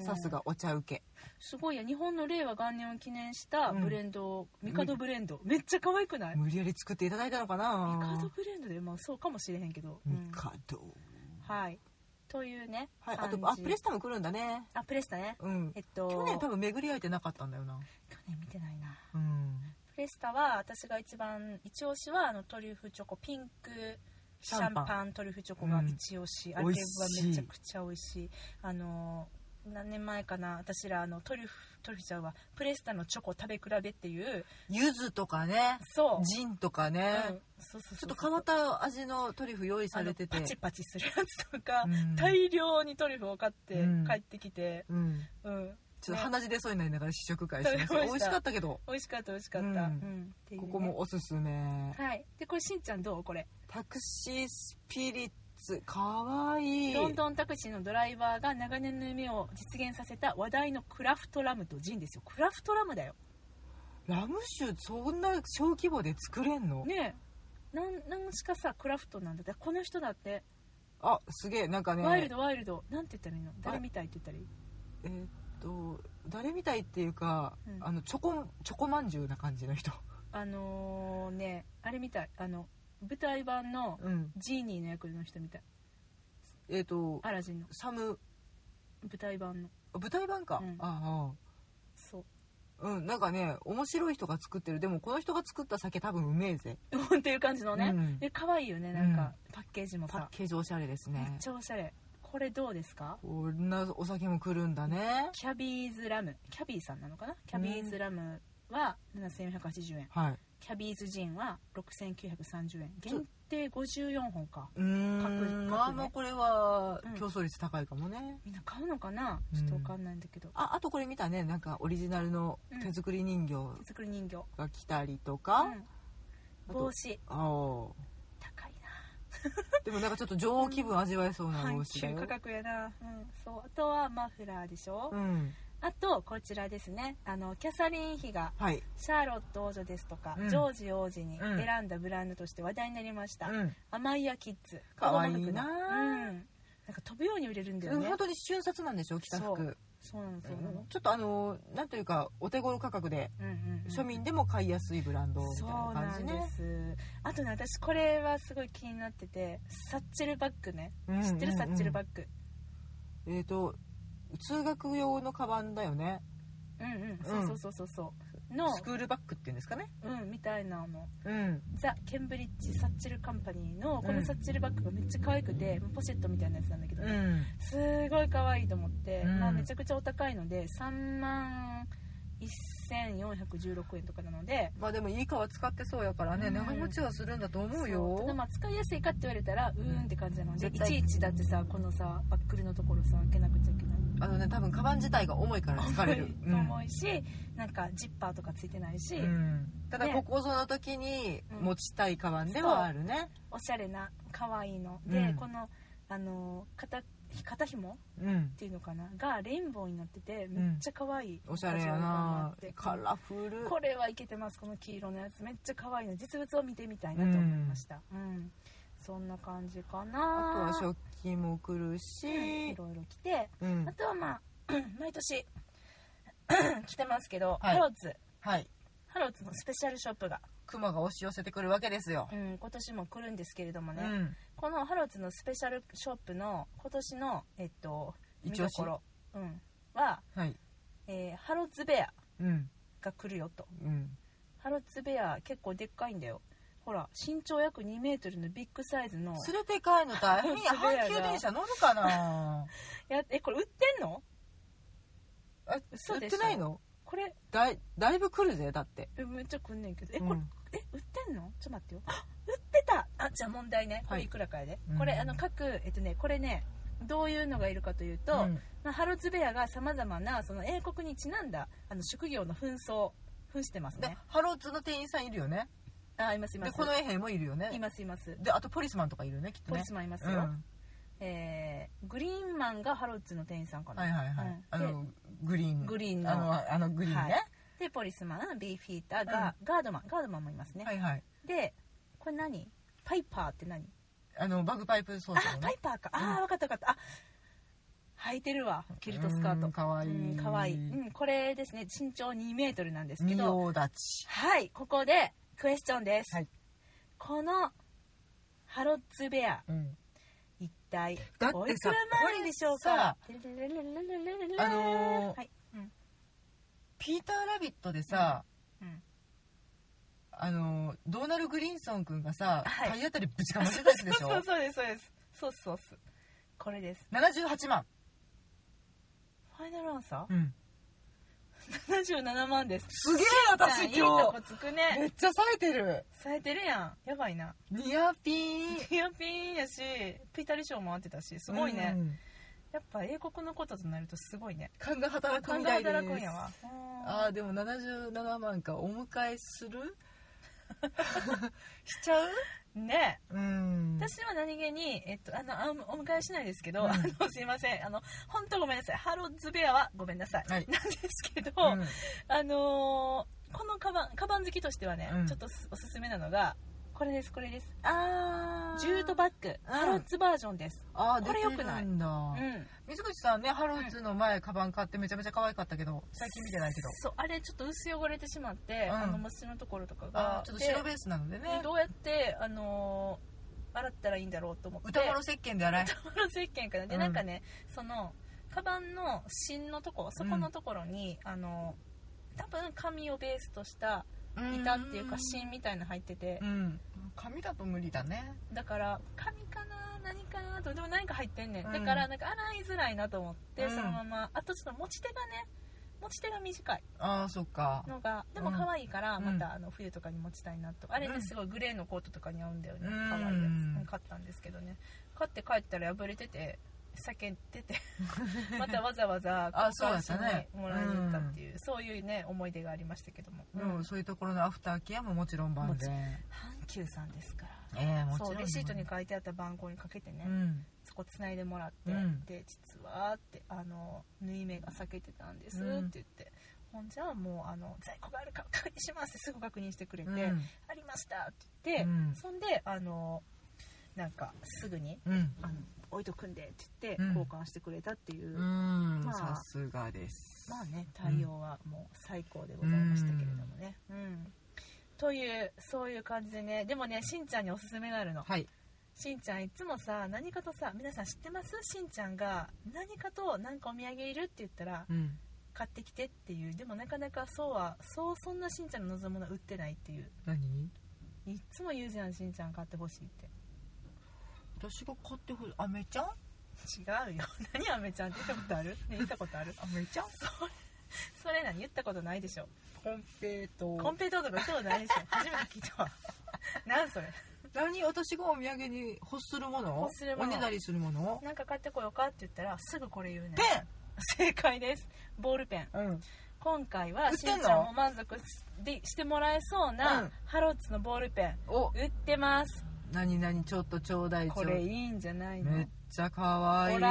A: うん
B: さすがお茶受け
A: すごいや日本の令和元年を記念したブレンドを、
B: うん
A: ミカドブレンドめっちゃ可愛くないミ
B: 無理やり作っていただいたのか
A: カド
B: な
A: ブレンドでまあそうかもしれへんけど、うん
B: ミカド
A: はいというね
B: はいあ
A: 感
B: と
A: じ
B: あプレスタも来るんだね
A: あプレスタね
B: うん
A: えっと
B: 去年多分巡り合えてなかったんだよな
A: 去年見てないな
B: うん
A: プレスタは私が一番一押しはあのトリュフチョコピンクシャンパン
B: シャン
A: トリュフチョコが一押し、あれは
B: 美味しい
A: めちゃくちゃ美味しいあの何年前かな私らあのトリュフトリュフちゃんはプレスタのチョコ食べ比べっていう
B: 柚子とかね
A: そう、うん、
B: ジンとかね
A: そうそうそう
B: ちょっと変わった味のトリュフ用意されてて
A: あのパチパチするやつとか、
B: うん
A: 大量にトリュフを買って
B: うん
A: 帰ってきて、
B: うん
A: うん、
B: ちょっと鼻血出そうになりながら試食会してます
A: 食べ
B: 美
A: ました
B: 味しかったけど
A: 美味しかった美味しかった、
B: うん
A: うんっていう
B: こ
A: ね
B: こもおすすめ
A: はいでこれしんちゃんどうこれ
B: タクシースピリッツかわいい
A: ロンドンタクシーのドライバーが長年の夢を実現させた話題のクラフトラムとジンですよクラフトラムだよ
B: ラム酒そんな小規模で作れんの、
A: ねえなんなんしかさクラフトなんだってこの人だって、
B: あすげえなんかね
A: ワイルドワイルドなんて言ったらいいの誰みたいって言ったらいい
B: えーっと誰みたいっていうか、
A: うん
B: あのチョコチョコまんじゅうな感じの人
A: あのー、ねあれみたいあの舞台版の
B: うん
A: ジーニーの役の人みたい
B: えーっと
A: アラジンの
B: サム
A: 舞台版の
B: 舞台版か、
A: うん
B: あ
A: そう
B: あうんなんかね面白い人が作ってるでもこの人が作った酒多分うめえぜ
A: っていう感じのね、
B: うん
A: で可愛いよねなんか、パッケージも
B: パッ
A: さ、
B: ケージおしゃれです
A: めっ
B: ね
A: ちゃおしゃれこれどうですか
B: こんなお酒も来るんだね
A: キャビーズラムキャビーさんなのかなキャビーズラムは7480円
B: はい
A: キャビーズジンは6930円限定54本か
B: うーん
A: 各各ね
B: まあまあこれは
A: うん
B: 競争率高いかもね、
A: みんな買うのかなちょっとわかんないんだけど、
B: ああとこれ見たねなんかオリジナルの手作り人形
A: 手作り人形、
B: が来たりとか、
A: うん
B: あと
A: 帽子
B: あお
A: 高い
B: でもなんかちょっと女王気分味わえそう
A: な
B: な帽
A: 半
B: 子だ
A: 球
B: よ
A: 価、格やな、うん、そうあとはマフラーでしょ、
B: うん
A: あとこちらですねあのキャサリン妃が
B: はい、
A: シャーロット王女ですとか、
B: うん
A: ジョージ王子に
B: うん
A: 選んだブランドとして話題になりました、
B: うん
A: アマイヤキッズ
B: かわいいな
A: 子供服のうん、なんか飛ぶように売れるんだよね
B: 本当に瞬殺なんでしょ着た服、
A: そうそうなのそうなの、
B: ちょっとあのなんというかお手頃価格で
A: うんうんうん
B: 庶民でも買いやすいブランドみた
A: そ
B: いう
A: な
B: な感じ
A: んで
B: ね、
A: す、あとね私これはすごい気になっててサッチェルバッグね
B: うんうんうん
A: 知ってるサッチェルバッグ
B: えっ、と通学用のカバンだよね
A: うんうん
B: うん
A: そうそうそうそうそうの
B: スクールバッグっていうんですかね
A: うんみたいなの
B: うん
A: ザ・ケンブリッジ・サッチル・カンパニーのこ
B: う
A: の
B: ん
A: サッチルバッグがめっちゃ可愛くてポシェットみたいなやつなんだけど、
B: うん
A: すごい可愛いと思って、
B: うん
A: まあ、めちゃくちゃお高いので3万1416円とかなので
B: まあでもいい革使ってそうやからね、
A: うん
B: 長持ちはするんだと思う
A: そ
B: よ
A: ただまあ使いやすいかって言われたらうーんって感じなのでい
B: 絶対
A: ちいちだってさこのさバックルのところさ開けなくちゃいけない
B: あのね多分カバン自体が重いから疲れる、うん
A: 重いし、なんかジッパーとかついてないし、
B: うんただ
A: ね
B: ここぞの時に
A: うん
B: 持ちたいカバンではあるね
A: おしゃれな可愛いので、
B: うん
A: このあの肩肩紐っ
B: うん
A: ていうのかながレインボーになってて
B: ん
A: めっちゃ可愛い、
B: おしゃれやなカラフル
A: これはいけてますこの黄色のやつめっちゃ可愛いの実物を見てみたいなと思いましたうん、そんな感じか
B: あと
A: な
B: は食器も来る
A: うんい
B: し、
A: ろいろ着て
B: うん
A: あと はまあ毎年 着てますけど、
B: はい
A: ハローズ
B: はい
A: ハローズのスペシャルショップが、
B: クマが押し寄せてくるわけですよ、
A: うん、今年も来るんですけれども
B: う
A: ね、
B: ん、
A: このハローズのスペシャルショップの今年のえっと見
B: 一押
A: ど
B: し
A: ころ、うん、は、
B: はい
A: えーハローズベア
B: うん
A: が来るよと
B: うん
A: ハローズベア結構でっかいんだよほら身長約2メートルのビッグサイズの
B: 連れて帰るの大変や
A: すごいや
B: 阪
A: な
B: 急電車乗るかな
A: やえこれ売ってんの
B: あ
A: 嘘
B: 売
A: で
B: っ
A: しょ
B: てないの
A: これ
B: だいだいぶ来るぜだって
A: えめっちゃ来んねんけどえ
B: うん
A: これ、え売ってんのちょっと待ってよあ売ってたあじゃあ問題ねこ
B: は
A: れ
B: い
A: いくらかやで、
B: うん
A: これあの各えっとねこれねどういうのがいるかというと、
B: うん
A: まあ、ハロツベアがさまざまなその英国にちなんだあの職業の紛争扮してます
B: で
A: ね
B: ハローツの店員さんいるよね
A: あいますいま
B: ですこの衛兵もいるよね
A: いますいます
B: であとポリスマンとかいるよねきっと
A: ポ
B: ね
A: リスマンいます
B: う
A: よ、
B: ん
A: えーグリーンマンがハロッツの店員さんかな、
B: はいはいはい、
A: うん
B: あのグリーン
A: グリーンの
B: あのあのグリーンね、
A: はいでポリスマンビーフィーターが、ガードマンガードマンもいますね、
B: はいはい
A: でこれ何パイパーって何
B: あのバグパイプ奏者
A: あ
B: の
A: パ
B: ね
A: イパーかあー、分かった分かったあ履いてるわキルトスカート
B: かわい
A: うん
B: い
A: かわいい、うん、これですね身長2メートルなんですけど
B: 仁王立ち
A: はいここでクエスチョンです、
B: はい
A: このハロッツベア
B: うん
A: 一体
B: だ
A: お
B: っ
A: い
B: て
A: く
B: さ
A: らなんでしょうか
B: あのー
A: はいうん
B: ピーター・ラビットでさ、
A: うん
B: あのドーナル・グリーンソン君がさ、
A: はい
B: 体当たりぶちかましてたやつでしょ
A: そうそうですそうですそうっすそうっすこれです
B: 78万、
A: ファイナルアンサ
B: うん、
A: ー77万です
B: すげえ
A: い
B: 私
A: いと
B: 今
A: こつく
B: 日め
A: ね
B: っちゃ冴えてる
A: 冴えてるやんやばいな
B: ニアピーン
A: ニアピンやしピタリ賞も合ってたしすごいね、
B: うん
A: やっぱ英国のこととなるとすごいね
B: 勘が働く
A: 考
B: みた
A: え
B: いで
A: た
B: す
A: らくんやわ
B: あーでも77万かお迎えする しちゃう
A: ね
B: うん
A: 私は何気に、えっと、あのあお迎えしないですけど、
B: うん
A: あのすいませんあの本当ごめんなさいハローズベアはごめんなさい、
B: はい
A: なんですけど、
B: うん
A: あのーこのカバンカバン好きとしてはね、
B: うん
A: ちょっとすおすすめなのがこれですこれです
B: あ
A: ジュートバッグ、
B: うん
A: ハロッツバージョンです
B: あー
A: これ良く
B: 出て
A: な
B: る
A: い
B: んだ、
A: うん
B: 水口さんねハローズの前カバン買ってめちゃめちゃ可愛かったけど最近見てないけど
A: そうあれちょっと薄汚れてしまって、
B: うん
A: あの虫のところとか
B: あ
A: が
B: ーちょっと
A: で
B: 白ベースなのでね
A: どうやって、あのー洗ったらいいんだろうと思って
B: 歌丸石鹸で洗え
A: この石鹸かなで、
B: うん
A: なんかねそのカバンの芯のとこそこのところに、あの多分紙をベースとした板っていうか芯みたいなの入ってて
B: うん紙だと無理だね
A: だから紙かな何かなどうでも何か入ってんねん、
B: うん
A: だからなんか洗いづらいなと思って、
B: うん
A: そのままあとちょっと持ち手がね持ち手が短い
B: ああそっか
A: のがでも
B: うん
A: 可愛いから
B: うん
A: またあの冬とかに持ちたいなと、あれ
B: う
A: ね
B: ん
A: すごいグレーのコートとかに合うんだよね、
B: うん
A: 可愛いやつ買ったんですけどね買って帰ったら破れてて叫んで てまたわざわざ
B: あそうだったね
A: 交換しにもらいに行ったっていう、そういうね思い出がありましたけども、
B: でもそういうところのアフターケアももちろん番で
A: 阪急さんですから
B: ええもちろん
A: そうレシートに
B: ね
A: 書いてあった番号にかけてね、
B: うん
A: そこ繋いでもらって、
B: うん
A: で実はってあの縫い目が裂けてたんですって
B: うん
A: 言って、ほんじゃあもうあの在庫があるか確認しますってすぐ確認してくれて、
B: うん
A: ありましたって言って、
B: うん
A: そんであのなんかすぐに
B: うん
A: あの置いとくんでって言って
B: うん
A: 交換してくれたっていう、
B: うん
A: まあ
B: さすがです
A: まあね対応はもう最高でございましたけれどもね。うんというそういう感じでねでもねしんちゃんにおすすめがあるの。
B: はい
A: しんちゃんいつもさ何かとさ皆さん知ってますしんちゃんが何かと何かお土産いるって言ったら
B: うん
A: 買ってきてっていうでもなかなかそうはそうそんなしんちゃんの望むものは売ってないっていう
B: 何
A: いっつも言うじゃんしんちゃん買ってほしいって
B: 私が買ってほしいアメちゃん
A: 違うよ 何アメちゃんって言った ことあるね言ったことある
B: アメちゃん
A: それ何言ったことないでしょ
B: コンペイト
A: コンペイトーとか言ったことないでしょ 初めて聞いたわ なんそれ
B: 何私がお土産に欲するもの
A: 欲するもの
B: おねだりするもの
A: なんか買ってこようかって言ったらすぐこれ言うね
B: ペ
A: 正解ですボールペン
B: ンうん
A: 今回は
B: 売っ
A: して
B: んの
A: んちゃんも満足でしてもらえそうな、
B: うん
A: ハロッツのボールペン
B: お
A: 売ってます
B: 何何ちょっとちょうだいちょ
A: こ
B: う
A: れいいんじゃない
B: め
A: の
B: っちゃ可愛い
A: ほらー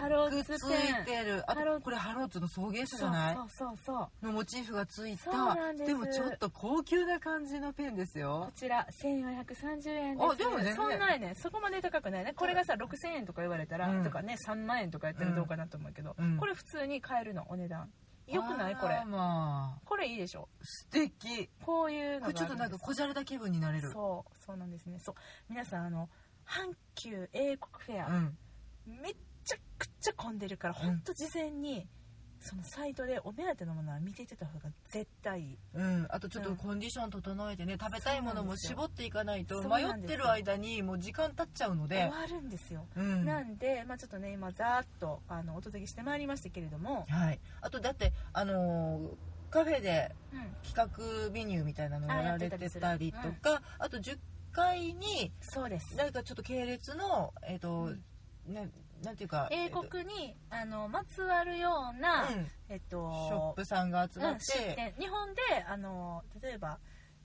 B: ハロッツバッグついてるあ
A: ハロッ
B: と
A: ツ
B: これハロッツの送迎車じ
A: そ
B: ゃ
A: う
B: ない
A: そうそうそう
B: のモチーフがつい
A: そう
B: た
A: なんです
B: もちょっと高級な感じのペンです
A: こ
B: よ
A: ちら1430円です
B: あでも全然
A: そんなんやねそこまで高くないねこれがさ6000円とか言われたら、
B: うん
A: とかね3万円とかやったらどうかなと思うけど、
B: うん
A: これ普通に買えるのお値段よくないこれ
B: あーまあ
A: これいいでしょ
B: 素敵
A: こういうのが
B: こ
A: ある
B: れちょっとなんかこじゃれた気分になれる
A: そうそうなんですねそう皆さんあの阪急英国フェア、
B: ん
A: めっちゃくちゃ混んでるからほんと事前にそのサイトでお目当てのものは見ていってた方が絶対いい
B: うん、あとちょっ
A: う
B: と
A: ん
B: コンディション整えてね食べたいものも絞っていかないと
A: そう
B: 迷
A: な
B: っ
A: んですよ
B: てる間にもう時間経っちゃうの
A: 終
B: で
A: わるんですよ、
B: うん
A: なんで、まあ、ちょっとね今ざーっとあのお届けしてまいりましたけれども、
B: はい、あとだってあのーカフェで
A: うん、
B: 企画メニューみたいなの
A: あ
B: やら
A: や
B: れ
A: ってた
B: て
A: りする
B: たりとかあ,、と10階に
A: そうです
B: 何かちょっと系列のえっ、と、
A: うん
B: ななんていうか
A: 英
B: えっと
A: 国にあのまつわるような、
B: うん、シ
A: えっ
B: ョッ
A: と
B: プさんが集まっ
A: うん出
B: て、
A: 店日本であの例えば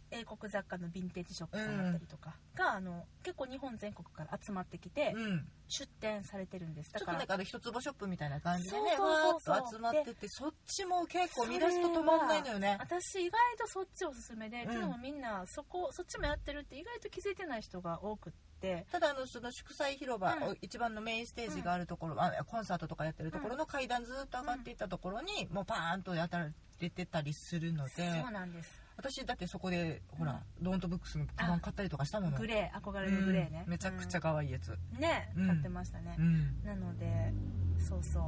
A: 英国雑貨のヴィンテージショップさんだったりとかが、あの結構日本全国から集まってきて
B: うん
A: 出店されてるんですだ
B: ちょっ
A: か
B: と
A: ら
B: なんかあの一坪ショップみたいな感じでね
A: そうそうそうそう
B: わーっと集まってってそっちも結構見出すと止まんないのよね
A: 私意外とそっちおすすめで、
B: う
A: で
B: ん
A: もみんなそこそっちもやってるって意外と気づいてない人が多くって
B: ただあのその祝祭広場、
A: うん
B: 一番のメインステージがあるところ、あコンサートとかやってるところの階段ずっと上がっていったところに、もうパーンとやたら出てたりするので
A: そうなんです
B: 私だってそこでほら、ドーントブックスのカバン買ったりとかしたもの
A: グレー憧れのグレーね、
B: うんめちゃくちゃ可愛いやつ、
A: うんね
B: うん
A: 買ってましたね、
B: うん
A: なのでそうそう、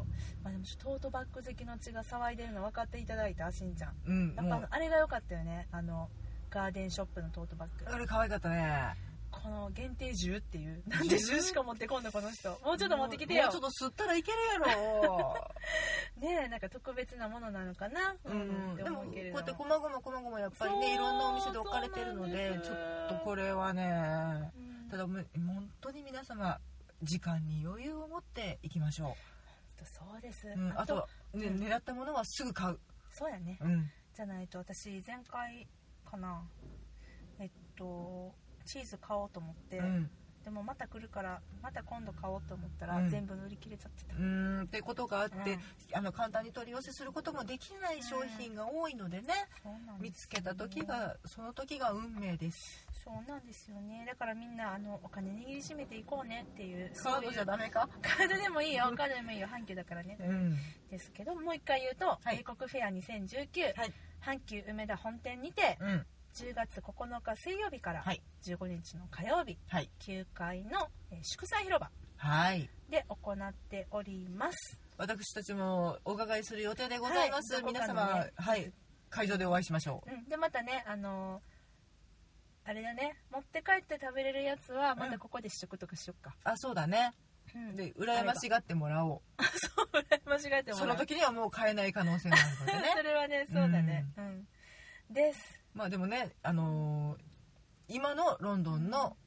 A: まあ、でもちょっとトートバッグ好きの血が騒いでるの分かっていただいたしんちゃん
B: う
A: や
B: ん
A: っぱ
B: も
A: あの
B: う
A: あれが良かったよねあのガーデンショップのトートバッグ
B: あれ可愛かったね
A: この限定10っていうなんで10しか持ってこんのこの人もうちょっと持ってきて
B: も
A: よ
B: うちょっと吸ったらいけるやろ
A: ねえなんか特別なものなのかな、
B: う
A: っ
B: ん
A: て
B: で
A: 思
B: もこ
A: う
B: う
A: けれ
B: や
A: ども
B: ってこまごまこまごまやっぱり
A: そう
B: ねいろんなお店で置かれてるの
A: そうな
B: で
A: んです
B: ちょっとこれはね
A: うん
B: ただもう本当に皆様時間に余裕を持っていきましょ
A: そうです、
B: う、うん、あ
A: あと
B: と、ね、
A: うん
B: 狙ったものはすぐ買う、
A: そうやね
B: うん、
A: じゃないと私前回かなえっとチーズ買おうと思って、
B: うん
A: でもまた来るからまた今度買おうと思ったら、
B: うん
A: 全部売り切れちゃってた、
B: うーんってことがあって、
A: うん
B: あの簡単に取り寄せすることもできない商品が多いのでね、
A: そうなんですよね
B: 見つけた時がその時が運命です
A: そうなんですよねだからみんなあのお金握りしめていこうねっていう
B: カードじゃダメか
A: カードでもいいよカードでもいいよ阪急だからね
B: うん
A: ですけどもう一回言うと、
B: はい
A: 英国フェア2019、
B: はい
A: 阪急梅田本店にて
B: うん
A: 10月9日水曜日から
B: はい
A: 15日の火曜日
B: はい
A: 9階のえー祝祭広場
B: はい
A: で行っております
B: 私たちもお伺いする予定でございます、
A: はいどこか
B: 皆
A: のね
B: 様はい会場でお会いしましょう
A: うん、でまたねあのーあれだね持って帰って食べれるやつはまたここで試食とかしよっか、
B: あそうだね
A: うん、
B: で羨ましがってもらお
A: 間違えて
B: う
A: も
B: そ
A: ら
B: の
A: う
B: 時にはもう買えない可能性があるので ね
A: それはねそうだねうん、です
B: まあでもね、あのー今のロンドンの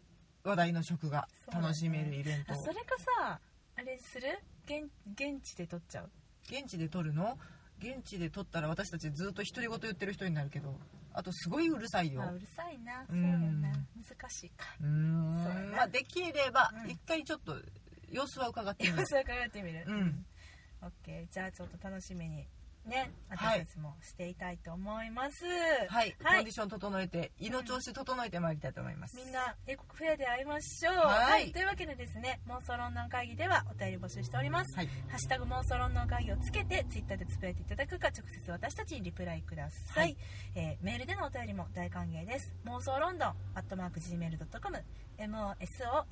B: 話題の食が楽しめるイベント、
A: あそれかさあれする現現地で撮っちゃう
B: 現地で撮るの現地で撮ったら私たちずっと独り言言ってる人になるけどあとすごいうるさいよ
A: あうるさいな
B: う
A: そうだな、
B: ん
A: 難しいか
B: うーん
A: そうやな
B: まあできれば
A: うん
B: 一回ちょっと様子は伺ってみ
A: 今
B: る
A: さ考えてみる
B: うん
A: オッケーじゃあちょっと楽しみにね私たちもしていたいと思います、
B: はい、
A: はい
B: コンディション整えて胃の調子整えてまいりたいと思います、
A: みんな英国フェアで会いましょう
B: はい
A: というわけでですね妄想論論会議ではお便り募集しております
B: はい
A: ハッシュタグ妄想論の会議をつけてツイッターでつぶやいていただくか直接私たちにリプライください、
B: はい
A: えーメールでのお便りも大歓迎です妄想ロンドンアットマーク Gmail.com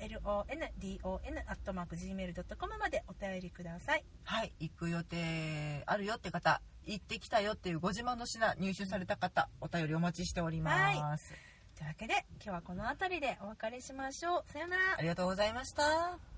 A: MOSOLONDON アットマーク Gmail.com までお便りください
B: はい、行く予定あるよって方行ってきたよっていうご自慢の品入手された方お便りお待ちしております、
A: というわけで今日はこの辺りでお別れしましょうさようなら
B: ありがとうございました